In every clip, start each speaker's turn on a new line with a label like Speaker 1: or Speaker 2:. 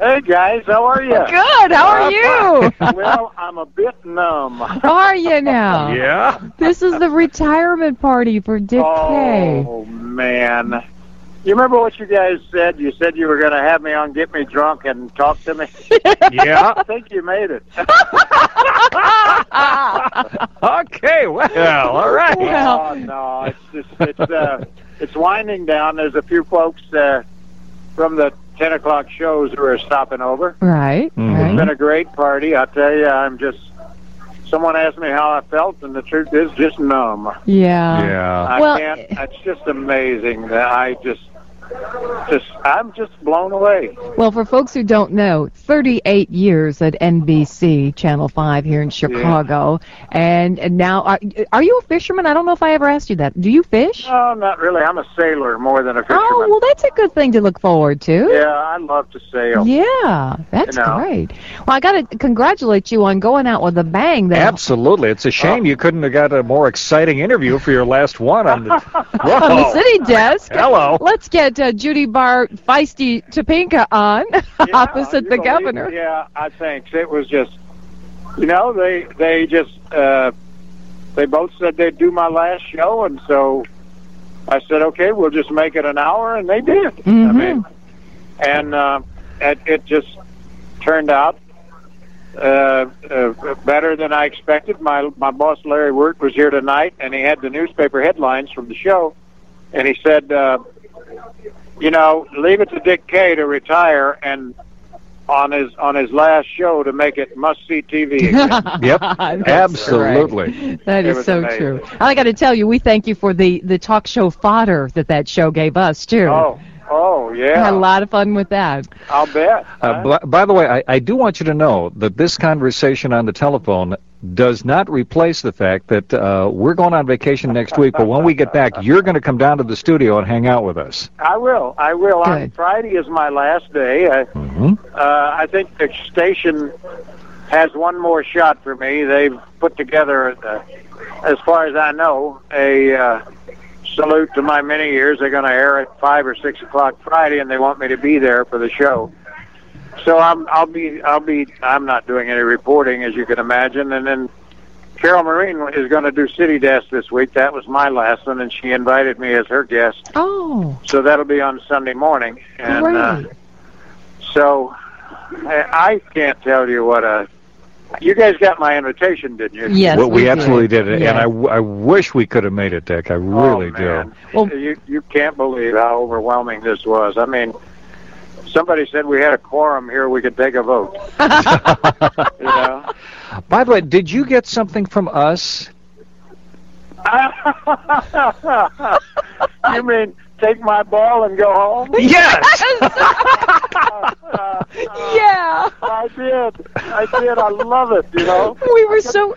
Speaker 1: Hey guys, how are you?
Speaker 2: Good. How are you?
Speaker 1: well, I'm a bit numb.
Speaker 2: How are you now?
Speaker 1: Yeah.
Speaker 2: This is the retirement party for Dick K.
Speaker 1: Oh man, you remember what you guys said? You said you were going to have me on, get me drunk, and talk to me.
Speaker 3: Yeah.
Speaker 1: I think you made it.
Speaker 3: Okay. Well. All right.
Speaker 2: Well.
Speaker 1: Oh, no, it's just it's uh, it's winding down. There's a few folks uh, from the ten o'clock shows who are stopping
Speaker 2: Mm-hmm.
Speaker 1: over.
Speaker 2: Right.
Speaker 1: It's
Speaker 2: Right.
Speaker 1: been a great party. I tell you, I'm just. Someone asked me how I felt, and the truth is just numb.
Speaker 2: Yeah.
Speaker 3: Yeah.
Speaker 1: I
Speaker 2: Well- eh.
Speaker 1: can't. It's just amazing that I just, just I'm just blown away.
Speaker 2: Well, for folks who don't know, 38 years at NBC Channel 5 here in Chicago, and, and now are, are you a fisherman? I don't know if I ever asked you that. Do you fish?
Speaker 1: Oh, not really. I'm a sailor more than a fisherman.
Speaker 2: Oh, well, that's a good thing to look forward to.
Speaker 1: yeah, I love to sail.
Speaker 2: Yeah, that's
Speaker 1: You know.
Speaker 2: great. Well, I got to congratulate you on going out with a bang. There.
Speaker 3: Absolutely. It's a shame you couldn't have got a more exciting interview for your last one on the.
Speaker 2: on
Speaker 3: Whoa.
Speaker 2: the city desk.
Speaker 3: Oh. Hello.
Speaker 2: Let's get uh, Judy Bar Feisty Topinka on
Speaker 1: Yeah,
Speaker 2: opposite
Speaker 1: you
Speaker 2: the
Speaker 1: believe-
Speaker 2: governor.
Speaker 1: Yeah, I think it was just, you know, they they just uh, they both said they'd do my last show, and so I said, okay, we'll just make it an hour, and they did. I
Speaker 2: Mhm.
Speaker 1: mean, and uh, it, it just turned out uh, uh, better than I expected. My my boss Larry Wirt was here tonight, and he had the newspaper headlines from the show, and he said, uh, you know, leave it to Dick Kay to retire and. On his on his last show to make it must see TV. Again.
Speaker 3: Yep.
Speaker 2: That's
Speaker 3: Absolutely.
Speaker 2: correct. That
Speaker 1: It
Speaker 2: is
Speaker 1: was
Speaker 2: so
Speaker 1: amazing.
Speaker 2: true. I got to tell you, we thank you for the the talk show fodder that that show gave us too.
Speaker 1: oh, oh
Speaker 2: We Had a
Speaker 1: yeah,
Speaker 2: lot of fun with that.
Speaker 1: I'll bet.
Speaker 3: Uh, bl- by the way, I, I do want you to know that this conversation on the telephone does not replace the fact that uh, we're going on vacation next week, but when we get back, you're going to come down to the studio and hang out with us.
Speaker 1: I will. I will. On
Speaker 2: Good.
Speaker 1: Friday is my last day. I, uh, I think the station has one more shot for me. They've put together, uh, as far as I know, a uh, salute to my many years. They're going to air at five or six o'clock Friday, and they want me to be there for the show. So I'm. I'll be. I'll be. I'm not doing any reporting, as you can imagine, and then. Carol Marine is going to do City Desk this week. That was my last one, and she invited me as her guest.
Speaker 2: Oh,
Speaker 1: So that'll be on Sunday morning. And
Speaker 2: great.
Speaker 1: uh, so I, I can't tell you what a. You guys got my invitation, didn't you?
Speaker 2: yes,
Speaker 3: Well, we,
Speaker 2: did.
Speaker 3: absolutely did, it, and I,
Speaker 2: Yes.
Speaker 3: w- I wish we could have made it, Dick. I
Speaker 1: Oh,
Speaker 3: really do.
Speaker 1: man.
Speaker 2: Well-
Speaker 1: you you can't believe how overwhelming this was. I mean, somebody said we had a quorum here; we could take a vote. you know.
Speaker 3: By the way, did you get something from us?
Speaker 1: you mean take my ball and go home? Uh,
Speaker 3: Yes.
Speaker 2: yeah.
Speaker 1: I did. I did. I love it. You know.
Speaker 2: We were so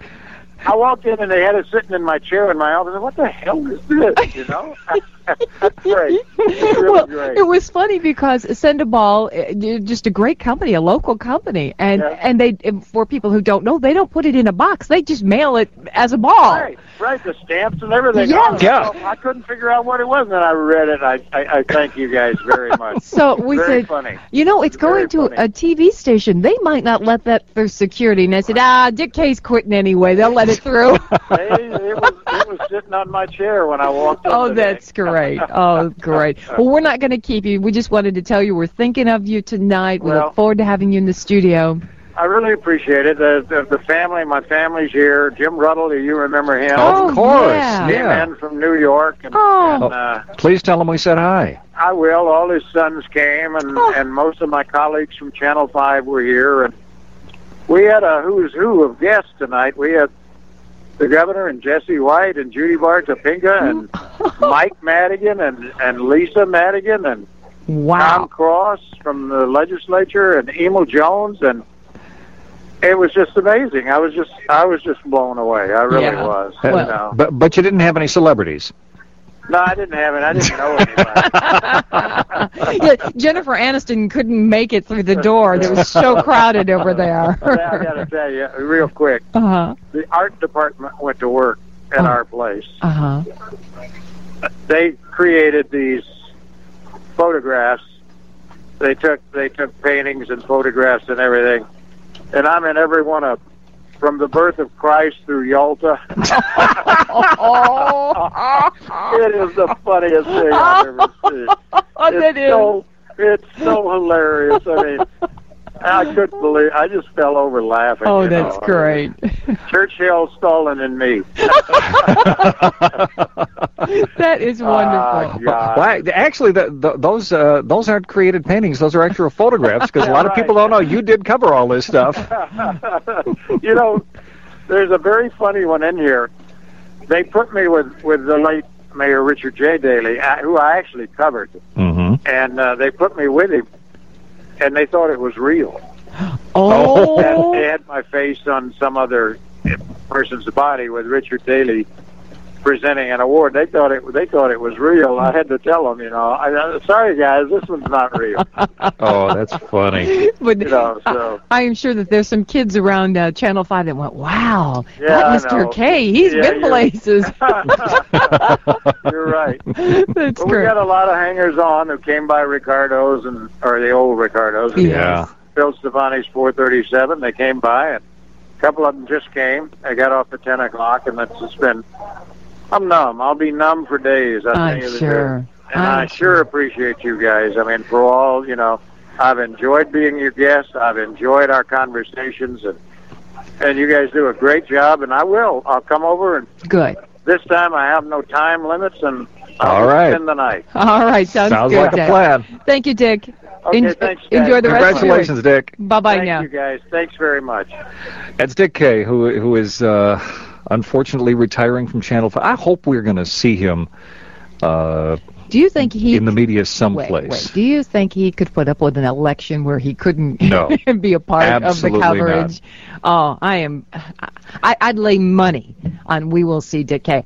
Speaker 1: I walked in and they had it sitting in my chair in my office. and What the hell is this? You know, That's great. It's really
Speaker 2: well,
Speaker 1: great.
Speaker 2: it was funny because Sendaball, uh, d- just a great company, a local company, and
Speaker 1: Yeah.
Speaker 2: and they and for people who don't know, they don't put it in a box; they just mail it as a ball.
Speaker 1: Right, right. The stamps and everything.
Speaker 2: Yeah.
Speaker 1: Oh,
Speaker 3: Yeah.
Speaker 1: I couldn't figure out what it was, and then I read it. I, I, I thank you guys very much.
Speaker 2: So we
Speaker 1: very
Speaker 2: said,
Speaker 1: funny.
Speaker 2: you know, it's
Speaker 1: Very
Speaker 2: going to a
Speaker 1: funny.
Speaker 2: TV station. They might not let that through security. And I said, ah, Dick Kay's quitting anyway. They'll let it through.
Speaker 1: Hey, it was it was sitting on my chair when I walked in.
Speaker 2: Oh,
Speaker 1: today.
Speaker 2: that's great. Oh, great. Well, we're not going to keep you. We just wanted to tell you we're thinking of you tonight. We
Speaker 1: Well-
Speaker 2: look forward to having you in the studio.
Speaker 1: I really appreciate it. The, the the family, my family's here. Jim Ruddle, do you remember him?
Speaker 2: Oh,
Speaker 3: of course.
Speaker 2: yeah.
Speaker 1: Came in from New York. And,
Speaker 2: Oh.
Speaker 1: and, uh,
Speaker 3: Please tell them we said hi. Uh,
Speaker 1: I will. Ah, All his sons came, and
Speaker 2: Oh.
Speaker 1: and most of my colleagues from Channel Five were here, and we had a who's who of guests tonight. We had the governor and Jesse White and Judy Bar Topinga and Mike Madigan and and Lisa Madigan and Tom
Speaker 2: Wow.
Speaker 1: Cross from the legislature and Emil Jones and it was just amazing. I was just I was just blown away. I really
Speaker 4: Yeah.
Speaker 1: was.
Speaker 3: Uh,
Speaker 1: you know.
Speaker 3: But but you didn't have any celebrities.
Speaker 1: No, I didn't have it. I didn't know anybody.
Speaker 2: yeah, Jennifer Aniston couldn't make it through the door. It was so crowded over
Speaker 1: But I got
Speaker 2: there.
Speaker 1: to tell you, real quick,
Speaker 2: uh huh.
Speaker 1: the art department went to work at
Speaker 2: Oh.
Speaker 1: our place.
Speaker 2: Uh huh.
Speaker 1: They created these photographs. They took they took paintings and photographs and everything, and I'm in every one of them. From the birth of Christ through Yalta, Oh,
Speaker 2: Ah.
Speaker 1: it is the funniest thing I've ever seen.
Speaker 2: that is.
Speaker 1: so, It's so hilarious. I mean, I couldn't believe. I just fell over laughing.
Speaker 2: oh,
Speaker 1: you
Speaker 2: that's
Speaker 1: know.
Speaker 2: great.
Speaker 1: Churchill, Stalin, and me.
Speaker 2: that is
Speaker 1: Ah,
Speaker 2: wonderful.
Speaker 1: God.
Speaker 3: Well, actually, the, the, those uh, those aren't created paintings; those are actual photographs. Because a lot of people don't know you did cover all this stuff.
Speaker 1: you know, there's a very funny one in here. They put me with with the late Mayor Richard J. Daley, uh, who I actually covered,
Speaker 3: Mm-hmm.
Speaker 1: and uh, they put me with him, and they thought it was real. And they
Speaker 2: oh,
Speaker 1: had my face on some other person's body with Richard Daley presenting an award. They thought it they thought it was real. I had to tell them, you know, I, I, sorry guys, this one's not real.
Speaker 3: Oh, that's funny.
Speaker 2: but
Speaker 1: You know, so
Speaker 2: I am sure that there's some kids around uh, Channel 5 that went, wow,
Speaker 1: Yeah,
Speaker 2: that
Speaker 1: I
Speaker 2: Mr.
Speaker 1: know.
Speaker 2: K, he's
Speaker 1: Yeah,
Speaker 2: been
Speaker 1: you're-
Speaker 2: places.
Speaker 1: you're right.
Speaker 2: that's
Speaker 1: But we
Speaker 2: great.
Speaker 1: got a lot of hangers on who came by Ricardo's and or the old Ricardo's. and
Speaker 3: Yeah.
Speaker 1: Phil Stefani's 437. They came by, and a couple of them just came. I got off at 10 o'clock, and that's just been. I'm numb. I'll be numb for days. I
Speaker 2: I'm
Speaker 1: tell you the
Speaker 2: sure.
Speaker 1: truth. And
Speaker 2: I'm
Speaker 1: i sure appreciate you guys. I mean, for all you know, I've enjoyed being your guest. I've enjoyed our conversations, and and you guys do a great job. And I will. I'll come over, and
Speaker 2: Good.
Speaker 1: this time I have no time limits, and I'll
Speaker 3: All right.
Speaker 1: spend the night.
Speaker 2: All right, sounds,
Speaker 3: Sounds
Speaker 2: good.
Speaker 3: like a
Speaker 2: Dick.
Speaker 3: plan.
Speaker 2: Thank you, Dick.
Speaker 1: Okay,
Speaker 2: En-
Speaker 1: thanks, guys.
Speaker 2: enjoy the rest of your
Speaker 3: Congratulations, Dick.
Speaker 2: Bye bye
Speaker 1: Thank
Speaker 2: now.
Speaker 1: you guys. Thanks very much.
Speaker 3: That's Dick Kay, who who is uh, unfortunately retiring from Channel Five. I hope we're going to see him uh,
Speaker 2: Do you think he
Speaker 3: in the media
Speaker 2: wait,
Speaker 3: someplace.
Speaker 2: wait, do you think he could put up with an election where he couldn't
Speaker 3: No.
Speaker 2: be a part
Speaker 3: Absolutely
Speaker 2: of the coverage? Oh, I am I, I'd lay money on we will see Dick K.